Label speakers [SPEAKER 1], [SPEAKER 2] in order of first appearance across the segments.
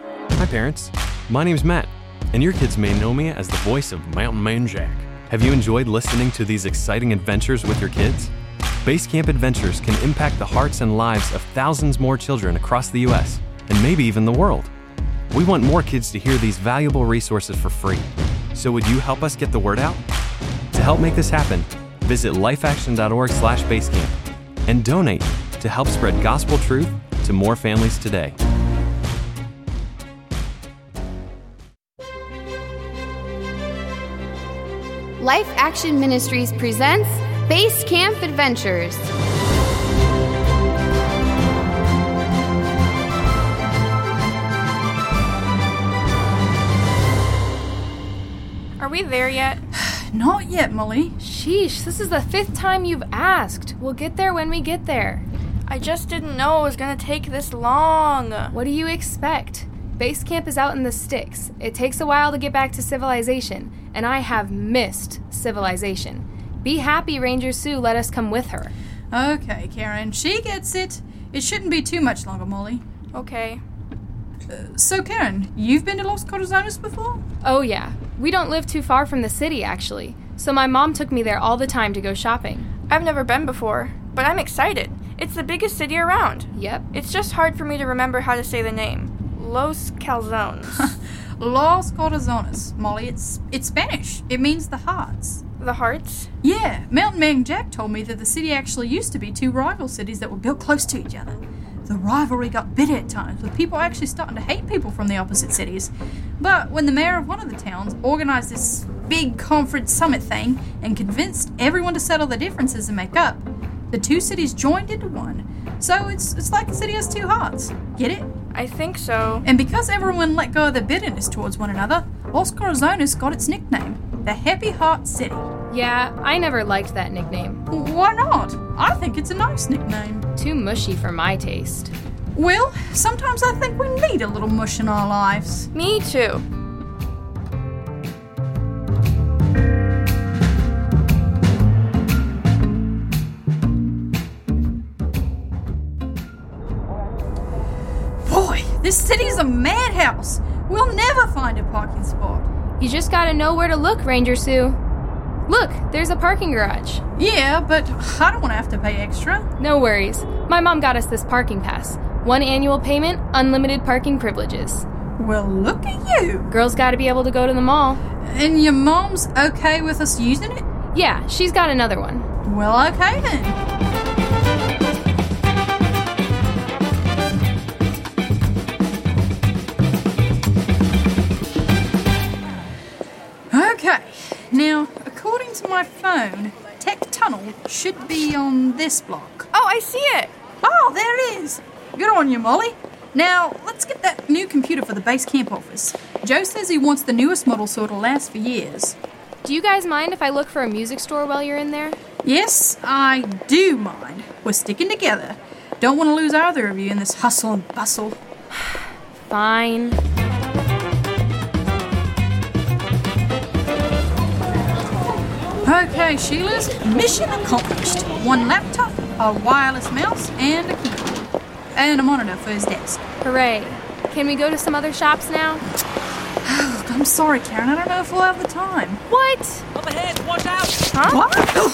[SPEAKER 1] Hi, parents. My name's Matt, and your kids may know me as the voice of Mountain Man Jack. Have you enjoyed listening to these exciting adventures with your kids? Basecamp Adventures can impact the hearts and lives of thousands more children across the U.S., and maybe even the world. We want more kids to hear these valuable resources for free. So, would you help us get the word out? To help make this happen, visit lifeaction.org/basecamp and donate to help spread gospel truth to more families today.
[SPEAKER 2] Life Action Ministries presents Base Camp Adventures.
[SPEAKER 3] Are we there yet?
[SPEAKER 4] Not yet, Molly.
[SPEAKER 5] Sheesh, this is the fifth time you've asked. We'll get there when we get there.
[SPEAKER 3] I just didn't know it was gonna take this long.
[SPEAKER 5] What do you expect? Base camp is out in the sticks. It takes a while to get back to civilization, and I have missed civilization. Be happy Ranger Sue let us come with her.
[SPEAKER 4] Okay, Karen, she gets it. It shouldn't be too much longer, Molly.
[SPEAKER 3] Okay.
[SPEAKER 4] So, Karen, you've been to Los Corazones before?
[SPEAKER 5] Oh, yeah. We don't live too far from the city, actually, so my mom took me there all the time to go shopping.
[SPEAKER 3] I've never been before, but I'm excited. It's the biggest city around.
[SPEAKER 5] Yep.
[SPEAKER 3] It's just hard for me to remember how to say the name Los Calzones.
[SPEAKER 4] Los Corazones, Molly. It's it's Spanish. It means the hearts.
[SPEAKER 3] the Hearts?
[SPEAKER 4] Yeah, Mountain Man Jack told me that the city actually used to be two rival cities that were built close to each other. The rivalry got bitter at times, with people actually starting to hate people from the opposite cities. But when the mayor of one of the towns organized this big conference summit thing and convinced everyone to settle their differences and make up, the two cities joined into one. So it's it's like a city has two hearts. Get it?
[SPEAKER 3] I think so.
[SPEAKER 4] And because everyone let go of their bitterness towards one another, Los Corazones got its nickname, the Happy Heart City.
[SPEAKER 5] Yeah, I never liked that nickname.
[SPEAKER 4] Why not? I think it's a nice nickname.
[SPEAKER 5] Too mushy for my taste.
[SPEAKER 4] Well, sometimes I think we need a little mush in our lives.
[SPEAKER 3] Me too.
[SPEAKER 4] Boy, this city's a madhouse. We'll never find a parking spot.
[SPEAKER 5] You just gotta know where to look, Ranger Sue. Look, there's a parking garage.
[SPEAKER 4] Yeah, but I don't want to have to pay extra.
[SPEAKER 5] No worries. My mom got us this parking pass. One annual payment, unlimited parking privileges.
[SPEAKER 4] Well, look at you.
[SPEAKER 5] Girls gotta be able to go to the mall.
[SPEAKER 4] And your mom's okay with us using it?
[SPEAKER 5] Yeah, she's got another one.
[SPEAKER 4] Well, okay then. Okay, now, according to my phone, Tech Tunnel should be on this block.
[SPEAKER 3] Oh, I see it!
[SPEAKER 4] Oh, there it is! Good on you, Molly. Now, let's get that new computer for the base camp office. Joe says he wants the newest model so it'll last for years.
[SPEAKER 5] Do you guys mind if I look for a music store while you're in there?
[SPEAKER 4] Yes, I do mind. We're sticking together. Don't want to lose either of you in this hustle and bustle.
[SPEAKER 5] Fine.
[SPEAKER 4] Okay, Sheila's mission accomplished. One laptop, a wireless mouse, and a keyboard. And a monitor for his desk.
[SPEAKER 5] Hooray. Can we go to some other shops now?
[SPEAKER 4] Look, I'm sorry, Karen. I don't know if we'll have the time.
[SPEAKER 5] What?
[SPEAKER 6] Up ahead, watch out!
[SPEAKER 4] What?
[SPEAKER 5] Oh,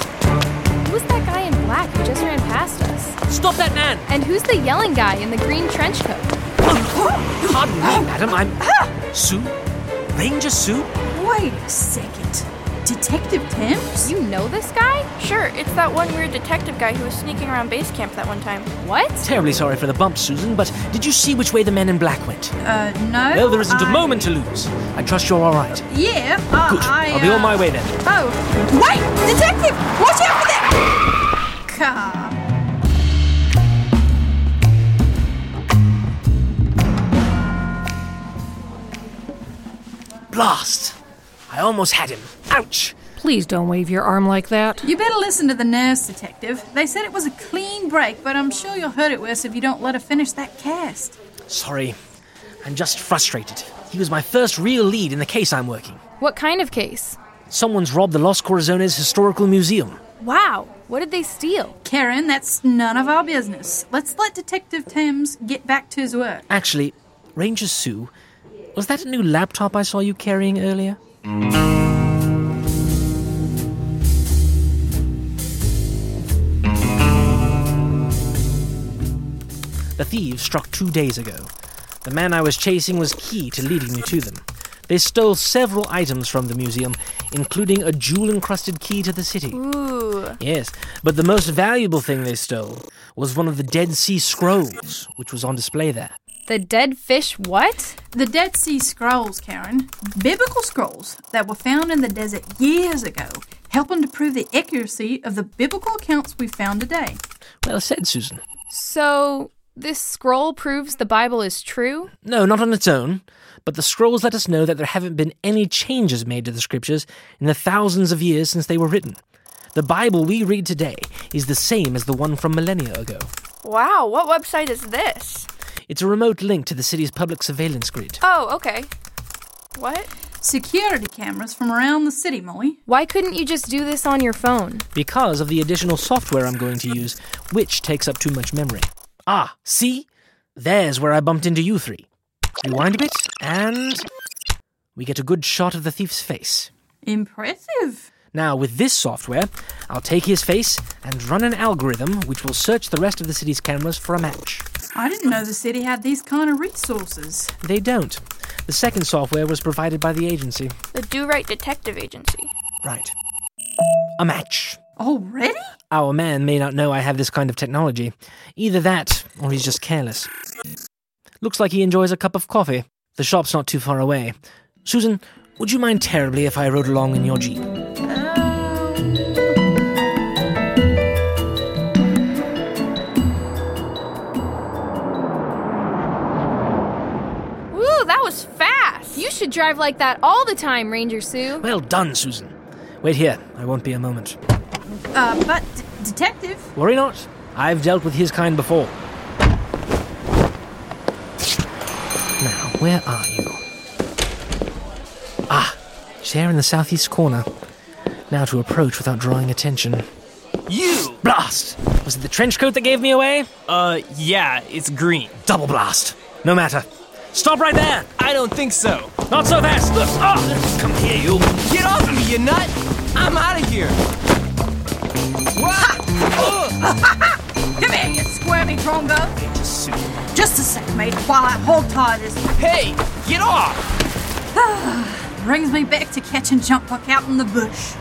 [SPEAKER 5] Who's that guy in black who just ran past us?
[SPEAKER 6] Stop that man!
[SPEAKER 5] And who's the yelling guy in the green trench coat?
[SPEAKER 6] Pardon me, madam, I'm. Sue? Ranger Sue?
[SPEAKER 4] Wait a second. Detective Thames?
[SPEAKER 5] You know this guy?
[SPEAKER 3] Sure, it's that one weird detective guy who was sneaking around base camp that one time.
[SPEAKER 5] What?
[SPEAKER 6] Terribly sorry for the bump, Susan, but did you see which way the men in black went?
[SPEAKER 4] Uh, no.
[SPEAKER 6] Well, there isn't a
[SPEAKER 4] I-
[SPEAKER 6] moment to lose. I trust you're all right.
[SPEAKER 4] Yeah, I.
[SPEAKER 6] Good.
[SPEAKER 4] I,
[SPEAKER 6] I'll be on
[SPEAKER 4] uh,
[SPEAKER 6] my way then.
[SPEAKER 4] Oh. Wait! Detective! Watch out for that car!
[SPEAKER 6] Blast! I almost had him. Ouch!
[SPEAKER 7] Please don't wave your arm like that.
[SPEAKER 4] You better listen to the nurse, Detective. They said it was a clean break, but I'm sure you'll hurt it worse if you don't let her finish that cast.
[SPEAKER 6] Sorry. I'm just frustrated. He was my first real lead in the case I'm working.
[SPEAKER 5] What kind of case?
[SPEAKER 6] Someone's robbed the Los Corazones Historical Museum.
[SPEAKER 5] Wow, what did they steal?
[SPEAKER 4] Karen, that's none of our business. Let's let Detective Thames get back to his work.
[SPEAKER 6] Actually, Ranger Sue, Was that a new laptop I saw you carrying earlier? The thieves struck two days ago. The man I was chasing was key to leading me to them. They stole several items from the museum, including a jewel encrusted key to the city.
[SPEAKER 3] Ooh.
[SPEAKER 6] Yes, but the most valuable thing they stole was one of the Dead Sea Scrolls, which was on display there.
[SPEAKER 5] The dead fish, what?
[SPEAKER 4] The Dead Sea Scrolls, Karen, biblical scrolls that were found in the desert years ago, helping to prove the accuracy of the biblical accounts we found today.
[SPEAKER 6] Well said, Susan.
[SPEAKER 5] So, this scroll proves the Bible is true?
[SPEAKER 6] No, not on its own, but the scrolls let us know that there haven't been any changes made to the scriptures in the thousands of years since they were written. The Bible we read today is the same as the one from millennia ago.
[SPEAKER 3] Wow, what website is this?
[SPEAKER 6] It's a remote link to the city's public surveillance grid.
[SPEAKER 3] Oh, okay. What?
[SPEAKER 4] Security cameras from around the city, Molly.
[SPEAKER 5] Why couldn't you just do this on your phone?
[SPEAKER 6] because of the additional software I'm going to use, which takes up too much memory. Ah, see? There's where I bumped into you three. Rewind a bit, and we get a good shot of the thief's face.
[SPEAKER 4] Impressive.
[SPEAKER 6] Now, with this software, I'll take his face and run an algorithm which will search the rest of the city's cameras for a match.
[SPEAKER 4] I didn't know the city had these kind of resources.
[SPEAKER 6] They don't. The second software was provided by the agency.
[SPEAKER 3] The Do Right Detective Agency.
[SPEAKER 6] Right. A match.
[SPEAKER 4] Already?
[SPEAKER 6] Our man may not know I have this kind of technology. Either that, or he's just careless. Looks like he enjoys a cup of coffee. The shop's not too far away. Susan, would you mind terribly if I rode along in your Jeep?
[SPEAKER 3] Ooh, that was fast.
[SPEAKER 5] You should drive like that all the time, Ranger Sue.
[SPEAKER 6] Well done, Susan. Wait here, I won't be a moment.
[SPEAKER 4] Uh, but, d- detective,
[SPEAKER 6] Worry not, I've dealt with his kind before. Now, where are you? Ah, chair in the southeast corner. Now to approach without drawing attention.
[SPEAKER 8] You!
[SPEAKER 6] Blast! Was it the trench coat that gave me away?
[SPEAKER 8] Uh, yeah, it's green.
[SPEAKER 6] Double blast. No matter. Stop right there!
[SPEAKER 8] I don't think so.
[SPEAKER 6] Not so fast! Look! Ah! Come here, you!
[SPEAKER 8] Get off of me, you nut! I'm out of here!
[SPEAKER 4] come here, you squirmy drongo.
[SPEAKER 8] Just Sue.
[SPEAKER 4] Just a sec, mate, while I hold tie this.
[SPEAKER 8] Hey, get off!
[SPEAKER 4] Brings me back to catching jump puck out in the bush.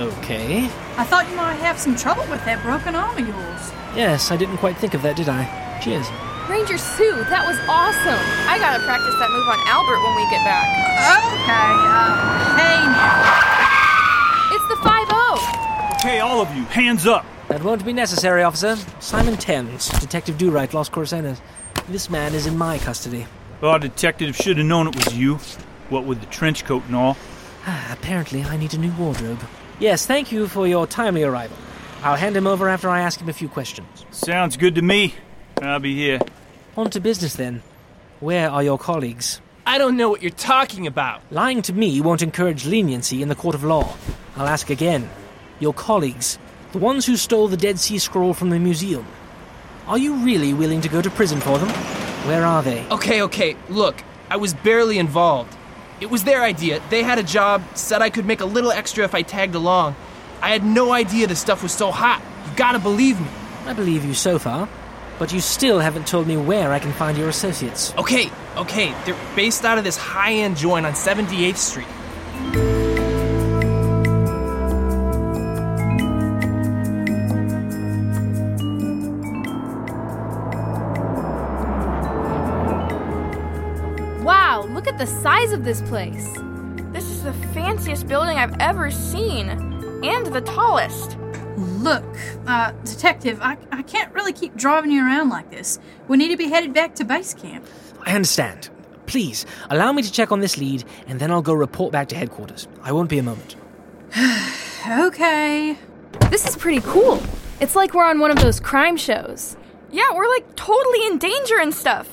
[SPEAKER 6] Okay.
[SPEAKER 4] I thought you might have some trouble with that broken arm of yours.
[SPEAKER 6] Yes, I didn't quite think of that, did I? Cheers.
[SPEAKER 5] Ranger Sue, that was awesome.
[SPEAKER 3] I gotta practice that move on Albert when we get back.
[SPEAKER 4] Okay, uh, hey now.
[SPEAKER 5] It's the oh. 5
[SPEAKER 9] Okay, all of you, hands up.
[SPEAKER 6] That won't be necessary, officer. Simon Thames, Detective Do-Right, Los Corazones. This man is in my custody.
[SPEAKER 9] Oh, detective should have known it was you. What with the trench coat and all.
[SPEAKER 6] Ah, apparently I need a new wardrobe. Yes, thank you for your timely arrival. I'll hand him over after I ask him a few questions.
[SPEAKER 9] Sounds good to me. I'll be here.
[SPEAKER 6] On to business, then. Where are your colleagues?
[SPEAKER 8] I don't know what you're talking about.
[SPEAKER 6] Lying to me won't encourage leniency in the court of law. I'll ask again. Your colleagues, the ones who stole the Dead Sea Scroll from the museum, are you really willing to go to prison for them? Where are they?
[SPEAKER 10] Oh.
[SPEAKER 8] Okay, okay, look, I was barely involved. It was their idea. They had a job, said I could make a little extra if I tagged along. I had no idea the stuff was so hot. You gotta believe me.
[SPEAKER 6] I believe you so far, but you still haven't told me where I can find your associates.
[SPEAKER 10] Oh.
[SPEAKER 8] Okay, okay, they're based out of this high end joint on 78th Street.
[SPEAKER 5] Oh! Wow, look at the size of this place.
[SPEAKER 3] This is the fanciest building I've ever seen, and the tallest.
[SPEAKER 4] Look, uh, detective, I, I can't really keep driving you around like this. We need to be headed back to base camp.
[SPEAKER 6] I understand. Please, allow me to check on this lead, and then I'll go report back to headquarters. I won't be a moment.
[SPEAKER 4] Okay.
[SPEAKER 5] This is pretty cool. It's like we're on one of those crime shows.
[SPEAKER 3] Yeah, we're like totally in danger and stuff.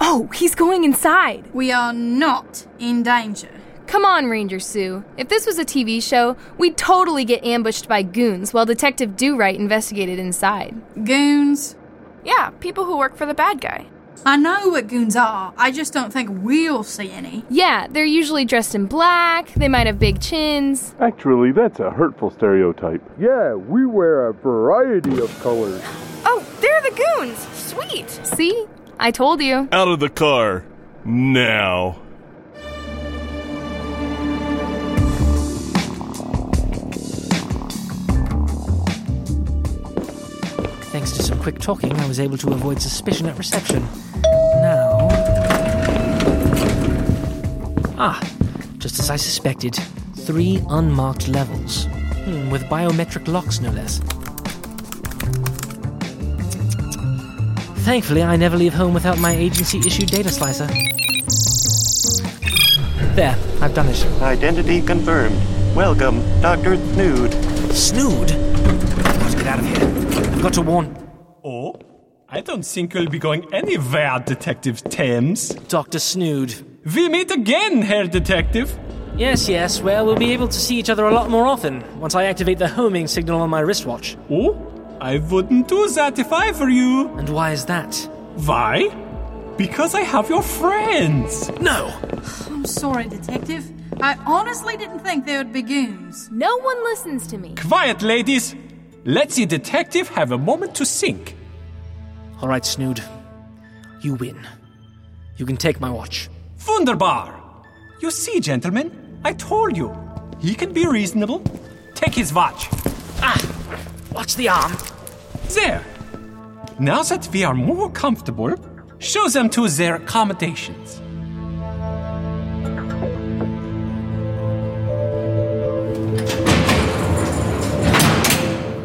[SPEAKER 5] Oh, he's going inside.
[SPEAKER 4] We are not in danger.
[SPEAKER 5] Come on, Ranger Sue. If this was a TV show, we'd totally get ambushed by goons while Detective Do Right investigated inside.
[SPEAKER 4] Goons.
[SPEAKER 3] Yeah, people who work for the bad guy.
[SPEAKER 4] I know what goons are. I just don't think we'll see any.
[SPEAKER 5] Yeah, they're usually dressed in black, they might have big chins.
[SPEAKER 11] Actually, that's a hurtful stereotype. Yeah, we wear a variety of colors.
[SPEAKER 3] Oh, they're the goons! Sweet!
[SPEAKER 5] See? I told you.
[SPEAKER 12] Out of the car. Now.
[SPEAKER 6] Thanks to some quick talking, I was able to avoid suspicion at reception. Now. Ah, just as I suspected, three unmarked levels. Hmm, with biometric locks, no less. Thankfully, I never leave home without my agency issued data slicer. There, I've done it.
[SPEAKER 13] Identity confirmed. Welcome, Dr. Snood.
[SPEAKER 6] Snood? I've got to get out of here. I've got to warn.
[SPEAKER 10] Oh? I don't think you'll be going anywhere, Detective Thames.
[SPEAKER 6] Dr. Snood.
[SPEAKER 10] We meet again, Herr Detective.
[SPEAKER 6] Yes, yes, well, we'll be able to see each other a lot more often once I activate the homing signal on my wristwatch.
[SPEAKER 10] Oh? I wouldn't do that if I were you.
[SPEAKER 6] And why is that?
[SPEAKER 10] Why? Because I have your friends.
[SPEAKER 6] No!
[SPEAKER 4] I'm sorry, Detective. I honestly didn't think there would be goons.
[SPEAKER 5] No one listens to me.
[SPEAKER 10] Quiet, ladies. Let the detective have a moment to think.
[SPEAKER 6] All right, Snood. You win. You can take my watch.
[SPEAKER 10] Wunderbar. You see, gentlemen, I told you. He can be reasonable. Take his watch.
[SPEAKER 6] Ah! Watch the arm.
[SPEAKER 10] There. Now that we are more comfortable, show them to their accommodations.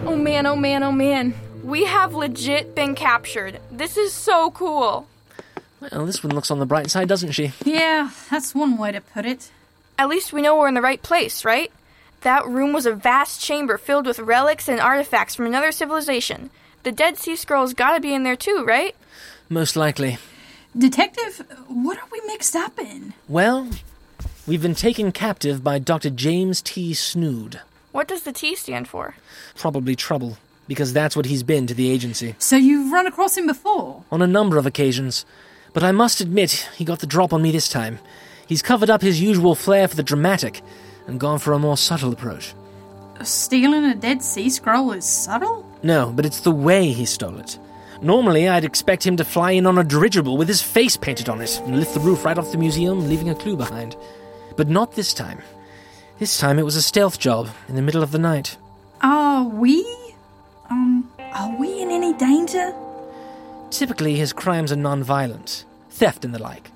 [SPEAKER 5] Oh man, oh man, oh man.
[SPEAKER 3] We have legit been captured. This is so cool.
[SPEAKER 6] Well, this one looks on the bright side, doesn't she?
[SPEAKER 4] Yeah, that's one way to put it.
[SPEAKER 3] At least we know we're in the right place, right? That room was a vast chamber filled with relics and artifacts from another civilization. The Dead Sea Scrolls gotta be in there too, right?
[SPEAKER 6] Most likely.
[SPEAKER 4] Detective, what are we mixed up in?
[SPEAKER 6] Well, we've been taken captive by Dr. James T. Snood.
[SPEAKER 3] What does the T stand for?
[SPEAKER 6] Probably trouble, because that's what he's been to the agency.
[SPEAKER 4] So you've run across him before?
[SPEAKER 6] On a number of occasions. But I must admit, he got the drop on me this time. He's covered up his usual flair for the dramatic and gone for a more subtle approach.
[SPEAKER 4] Stealing a Dead Sea Scroll is subtle?
[SPEAKER 6] No, but it's the way he stole it. Normally, I'd expect him to fly in on a dirigible with his face painted on it and lift the roof right off the museum, leaving a clue behind. But not this time. This time it was a stealth job in the middle of the night.
[SPEAKER 4] Are we? Um, are we in any danger?
[SPEAKER 6] Typically, his crimes are non violent, theft and the like.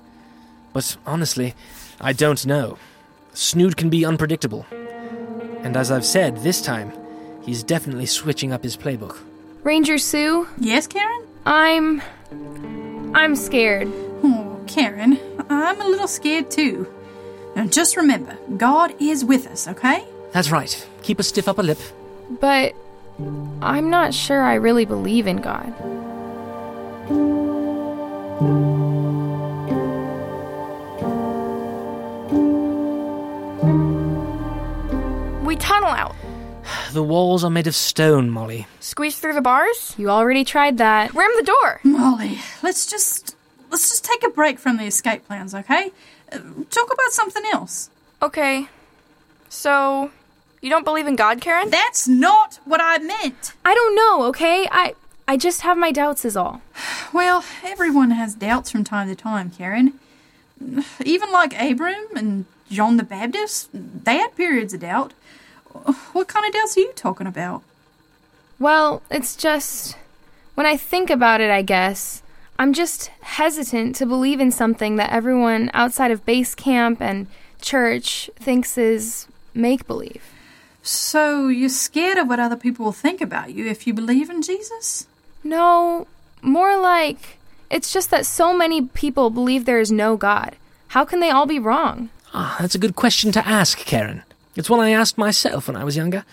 [SPEAKER 6] But honestly, I don't know. Snood can be unpredictable. And as I've said, this time, he's definitely switching up his playbook.
[SPEAKER 5] Ranger Sue,
[SPEAKER 4] Yes, Karen?
[SPEAKER 5] I'm. I'm scared.
[SPEAKER 4] Oh, Karen, I'm a little scared too. And just remember, God is with us, okay?
[SPEAKER 6] That's right. Keep a stiff upper lip.
[SPEAKER 5] But I'm not sure I really believe in God.
[SPEAKER 3] We tunnel out.
[SPEAKER 6] The walls are made of stone, Molly.
[SPEAKER 3] Squeeze through the bars?
[SPEAKER 5] You already tried that.
[SPEAKER 3] Ram the door!
[SPEAKER 4] Molly, let's just let's just take a break from the escape plans, okay? Uh, talk about something else.
[SPEAKER 3] Okay. So, you don't believe in God, Karen?
[SPEAKER 4] That's not what I meant.
[SPEAKER 5] I don't know, okay? I I just have my doubts is all.
[SPEAKER 4] Well, everyone has doubts from time to time, Karen. Even like Abram and John the Baptist, they had periods of doubt. What kind of doubts are you talking about?
[SPEAKER 5] Well, it's just when I think about it, I guess I'm just hesitant to believe in something that everyone outside of base camp and church thinks is make believe.
[SPEAKER 4] So, you're scared of what other people will think about you if you believe in Jesus?
[SPEAKER 5] No, more like it's just that so many people believe there is no God. How can they all be wrong?
[SPEAKER 6] Ah, that's a good question to ask, Karen. It's one I asked myself when I was younger.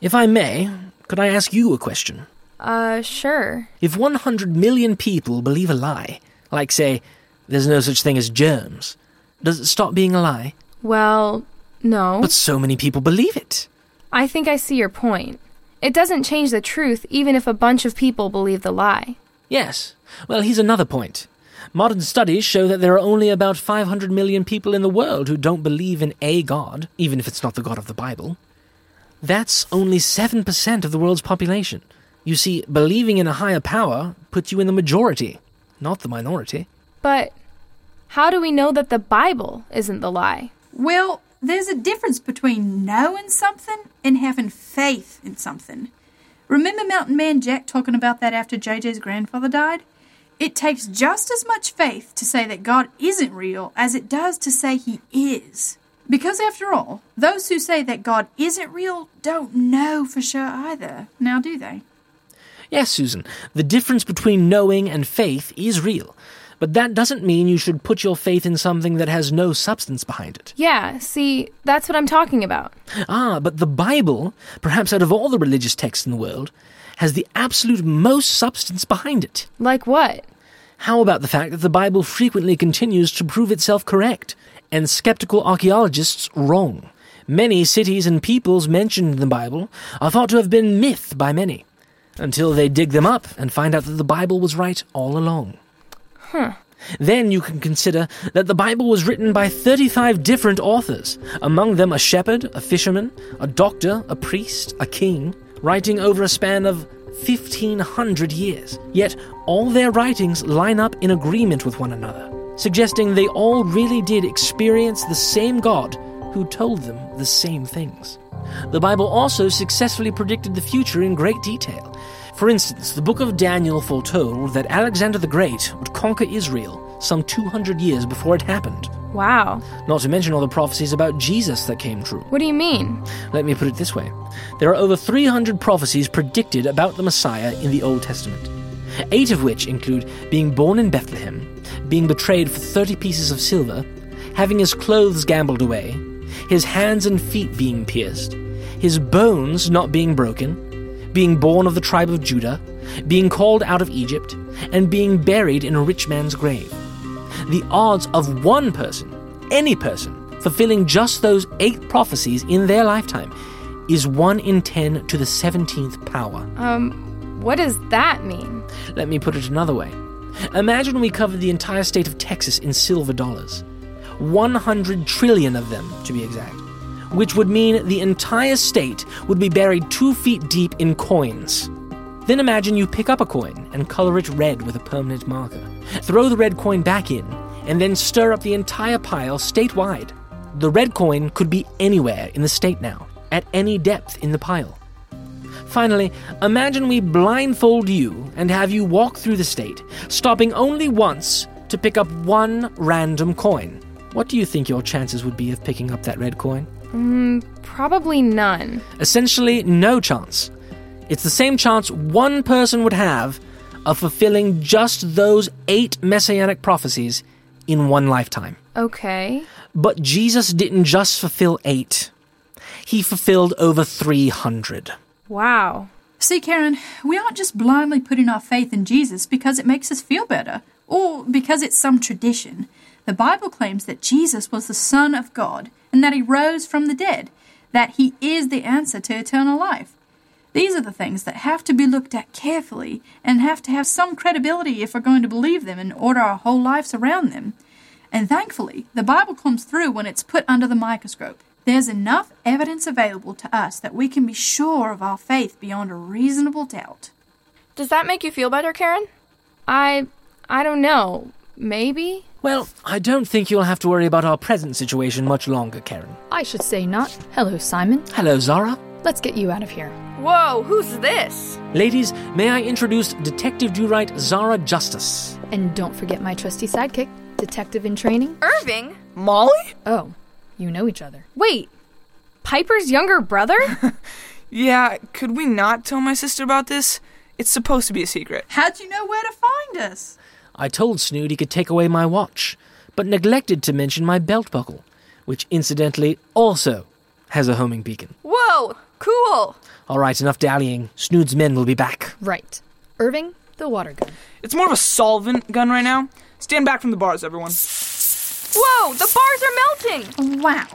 [SPEAKER 6] If I may, could I ask you a question?
[SPEAKER 5] Uh, sure.
[SPEAKER 6] If 100 million people believe a lie, like, say, there's no such thing as germs, does it stop being a lie?
[SPEAKER 5] Well, no.
[SPEAKER 6] But so many people believe it.
[SPEAKER 5] I think I see your point. It doesn't change the truth even if a bunch of people believe the lie.
[SPEAKER 6] Yes. Well, here's another point. Modern studies show that there are only about 500 million people in the world who don't believe in a god, even if it's not the god of the Bible. That's only 7% of the world's population. You see, believing in a higher power puts you in the majority, not the minority.
[SPEAKER 5] But how do we know that the Bible isn't the lie?
[SPEAKER 4] Well, there's a difference between knowing something and having faith in something. Remember Mountain Man Jack talking about that after JJ's grandfather died? It takes just as much faith to say that God isn't real as it does to say he is. Because after all, those who say that God isn't real don't know for sure either, now do they?
[SPEAKER 6] Yes, Susan, the difference between knowing and faith is real, but that doesn't mean you should put your faith in something that has no substance behind it.
[SPEAKER 5] Yeah, see, that's what I'm talking about.
[SPEAKER 6] Ah, but the Bible, perhaps out of all the religious texts in the world, has the absolute most substance behind it.
[SPEAKER 5] Like what?
[SPEAKER 6] How about the fact that the Bible frequently continues to prove itself correct and skeptical archaeologists wrong? Many cities and peoples mentioned in the Bible are thought to have been myth by many, until they dig them up and find out that the Bible was right all along.
[SPEAKER 5] Huh.
[SPEAKER 6] Then you can consider that the Bible was written by 35 different authors, among them a shepherd, a fisherman, a doctor, a priest, a king, writing over a span of 1500 years. Yet all their writings line up in agreement with one another, suggesting they all really did experience the same God who told them the same things. The Bible also successfully predicted the future in great detail. For instance, the book of Daniel foretold that Alexander the Great would conquer Israel some 200 years before it happened.
[SPEAKER 5] Wow.
[SPEAKER 6] Not to mention all the prophecies about Jesus that came true.
[SPEAKER 5] What do you mean?
[SPEAKER 6] Let me put it this way there are over 300 prophecies predicted about the Messiah in the Old Testament, eight of which include being born in Bethlehem, being betrayed for 30 pieces of silver, having his clothes gambled away, his hands and feet being pierced, his bones not being broken, being born of the tribe of Judah, being called out of Egypt, and being buried in a rich man's grave. The odds of one person, any person, fulfilling just those eight prophecies in their lifetime is 1 in 10 to the 17th power.
[SPEAKER 5] Um, what does that mean?
[SPEAKER 6] Let me put it another way. Imagine we covered the entire state of Texas in silver dollars. 100 trillion of them, to be exact, which would mean the entire state would be buried two feet deep in coins. Then imagine you pick up a coin and color it red with a permanent marker, throw the red coin back in, and then stir up the entire pile statewide. The red coin could be anywhere in the state now, at any depth in the pile. Finally, imagine we blindfold you and have you walk through the state, stopping only once to pick up one random coin. What do you think your chances would be of picking up that red coin?
[SPEAKER 5] Mm, probably none.
[SPEAKER 6] Essentially, no chance. It's the same chance one person would have of fulfilling just those eight messianic prophecies in one lifetime.
[SPEAKER 5] Okay.
[SPEAKER 6] But Jesus didn't just fulfill eight, he fulfilled over 300.
[SPEAKER 5] Wow.
[SPEAKER 4] See, Karen, we aren't just blindly putting our faith in Jesus because it makes us feel better or because it's some tradition. The Bible claims that Jesus was the Son of God and that he rose from the dead, that he is the answer to eternal life. These are the things that have to be looked at carefully and have to have some credibility if we're going to believe them and order our whole lives around them. And thankfully, the Bible comes through when it's put under the microscope. There's enough evidence available to us that we can be sure of our faith beyond a reasonable doubt.
[SPEAKER 3] Does that make you feel better, Karen?
[SPEAKER 5] I I don't know. Maybe?
[SPEAKER 6] Well, I don't think you'll have to worry about our present situation much longer, Karen.
[SPEAKER 7] I should say not. Hello, Simon.
[SPEAKER 6] Hello, Zara.
[SPEAKER 7] Let's get you out of here.
[SPEAKER 3] Whoa, who's this?
[SPEAKER 6] Ladies, may I introduce Detective Do Right Zara Justice?
[SPEAKER 7] And don't forget my trusty sidekick, Detective in Training
[SPEAKER 3] Irving?
[SPEAKER 14] Molly?
[SPEAKER 7] Oh, you know each other.
[SPEAKER 5] Wait, Piper's younger brother?
[SPEAKER 14] yeah, could we not tell my sister about this? It's supposed to be a secret.
[SPEAKER 4] How'd you know where to find us?
[SPEAKER 6] I told Snood he could take away my watch, but neglected to mention my belt buckle, which incidentally also has a homing beacon.
[SPEAKER 3] Whoa, cool!
[SPEAKER 6] All right, enough dallying. Snood's men will be back.
[SPEAKER 7] Right. Irving, the water gun.
[SPEAKER 14] It's more of a solvent gun right now. Stand back from the bars, everyone.
[SPEAKER 3] Whoa, the bars are melting!
[SPEAKER 4] Wow,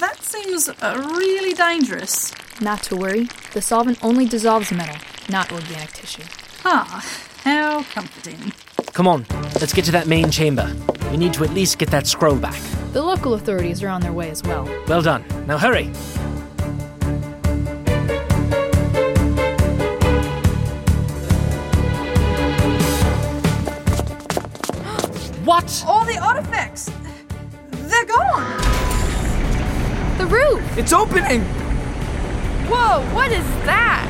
[SPEAKER 4] that seems uh, really dangerous.
[SPEAKER 7] Not to worry, the solvent only dissolves metal, not organic tissue.
[SPEAKER 4] Ah, how comforting.
[SPEAKER 6] Come on, Let's get to that main chamber. We need to at least get that scroll back.
[SPEAKER 15] The local authorities are on their way as well.
[SPEAKER 6] Well done. Now hurry. What?
[SPEAKER 4] All the artifacts! They're gone!
[SPEAKER 5] The roof!
[SPEAKER 16] It's opening!
[SPEAKER 5] Whoa, what is that?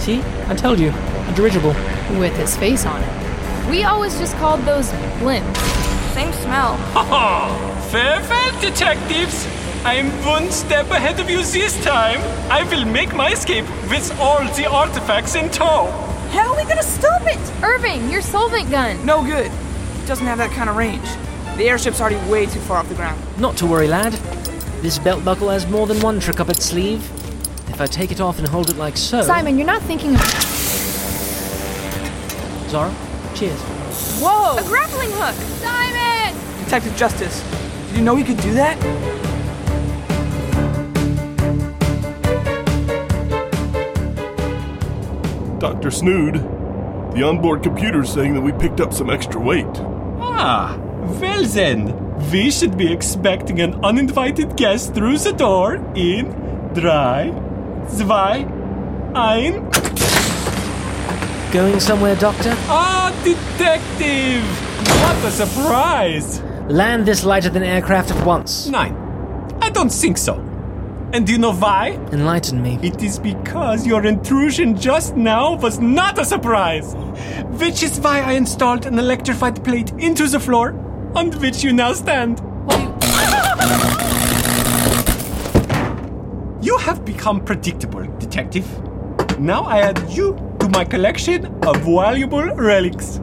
[SPEAKER 6] See? I told you. A dirigible.
[SPEAKER 15] With his face on it.
[SPEAKER 5] We always just called those blimps.
[SPEAKER 3] Same smell.
[SPEAKER 10] Farewell, detectives! I am one step ahead of you this time. I will make my escape with all the artifacts in tow.
[SPEAKER 4] How are we gonna stop it?
[SPEAKER 5] Irving, your solvent gun!
[SPEAKER 16] No good. It doesn't have that kind of range. The airship's already way too far off the ground.
[SPEAKER 6] Not to worry, lad. This belt buckle has more than one trick up its sleeve. If I take it off and hold it like so.
[SPEAKER 15] Simon, you're not thinking of.
[SPEAKER 6] Zara, cheers.
[SPEAKER 3] Whoa! A grappling hook!
[SPEAKER 5] Simon!
[SPEAKER 16] Detective Justice, did you know he could do that?
[SPEAKER 12] Dr. Snood, the onboard computer's saying that we picked up some extra weight.
[SPEAKER 10] Ah, well then, we should be expecting an uninvited guest through the door in drei, zwei, ein.
[SPEAKER 6] Going somewhere, Doctor?
[SPEAKER 10] Ah, detective! What a surprise!
[SPEAKER 6] Land this lighter than aircraft at once.
[SPEAKER 10] Nine. I don't think so. And do you know why?
[SPEAKER 6] Enlighten me.
[SPEAKER 10] It is because your intrusion just now was not a surprise. Which is why I installed an electrified plate into the floor on which you now stand. you have become predictable, detective. Now I add you to my collection of valuable relics.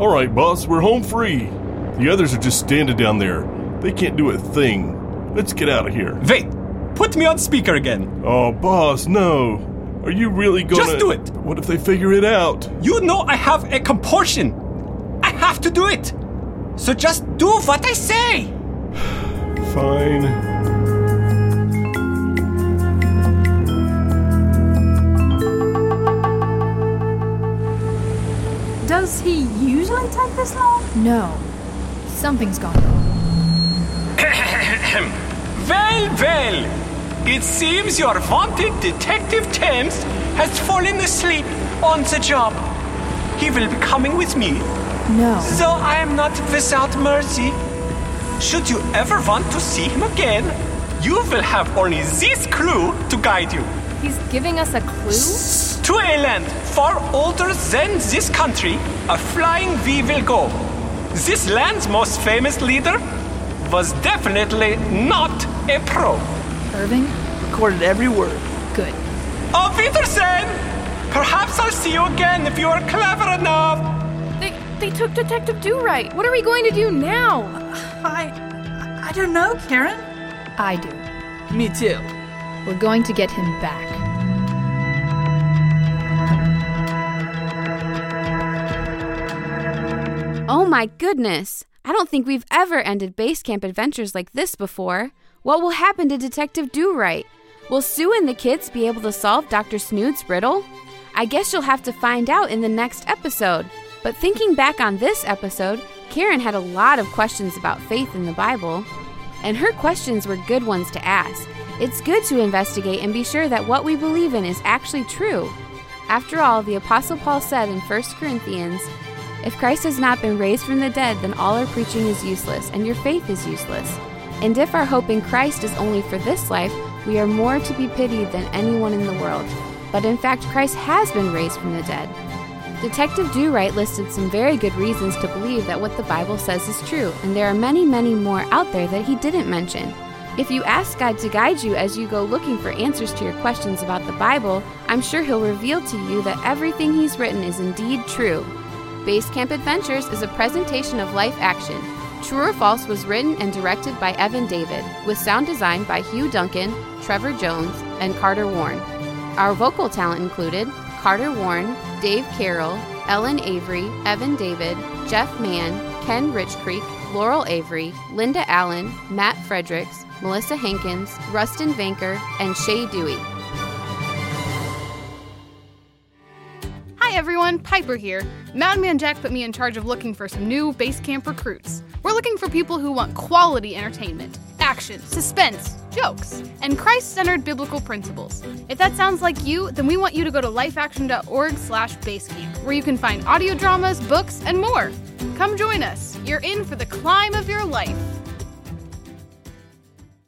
[SPEAKER 12] All right, boss, we're home free. The others are just standing down there. They can't do a thing. Let's get out of here.
[SPEAKER 10] Wait, put me on speaker again.
[SPEAKER 12] Oh, boss, no. Are you really gonna.
[SPEAKER 10] Just do it.
[SPEAKER 12] What if they figure it out?
[SPEAKER 10] You know I have a compulsion. I have to do it. So just do what I say.
[SPEAKER 12] Fine.
[SPEAKER 4] Does he usually take this long?
[SPEAKER 15] No. Something's gone wrong.
[SPEAKER 10] Well, well. It seems your wanted Detective Thames has fallen asleep on the job. He will be coming with me,
[SPEAKER 15] No.
[SPEAKER 10] so I am not without mercy. Should you ever want to see him again, you will have only this clue to guide you.
[SPEAKER 17] He's giving us a clue?
[SPEAKER 10] To a land far older than this country, a flying we will go. This land's most famous leader was definitely not a pro.
[SPEAKER 15] Irving?
[SPEAKER 16] Recorded every word.
[SPEAKER 15] Good.
[SPEAKER 10] Oh, Peterson! Perhaps I'll see you again if you are clever enough.
[SPEAKER 3] They, they took Detective Do Right.
[SPEAKER 5] What are we going to do now?
[SPEAKER 4] I. I don't know, Karen.
[SPEAKER 15] I do.
[SPEAKER 16] Me too.
[SPEAKER 15] We're going to get him back.
[SPEAKER 5] Oh my goodness! I don't think we've ever ended base camp adventures like this before. What will happen to Detective Do Right? Will Sue and the kids be able to solve Dr. Snood's riddle? I guess you'll have to find out in the next episode. But thinking back on this episode, Karen had a lot of questions about faith in the Bible. And her questions were good ones to ask. It's good to investigate and be sure that what we believe in is actually true. After all, the Apostle Paul said in 1 Corinthians, if Christ has not been raised from the dead, then all our preaching is useless and your faith is useless. And if our hope in Christ is only for this life, we are more to be pitied than anyone in the world. But in fact, Christ has been raised from the dead. Detective Do Right listed some very good reasons to believe that what the Bible says is true, and there are many, many more out there that he didn't mention. If you ask God to guide you as you go looking for answers to your questions about the Bible, I'm sure he'll reveal to you that everything he's written is indeed true. Basecamp Adventures is a presentation of life action. True or False was written and directed by Evan David, with sound design by Hugh Duncan, Trevor Jones, and Carter Warren. Our vocal talent included Carter Warren, Dave Carroll, Ellen Avery, Evan David, Jeff Mann, Ken Richcreek, Laurel Avery, Linda Allen, Matt Fredericks, Melissa Hankins, Rustin Vanker, and Shay Dewey. Hi,
[SPEAKER 15] everyone, Piper here. Mountain Man Jack put me in charge of looking for some new base camp recruits. We're looking for people who want quality entertainment, action, suspense, jokes, and Christ-centered biblical principles. If that sounds like you, then we want you to go to lifeaction.org slash basecamp, where you can find audio dramas, books, and more. Come join us. You're in for the climb of your life.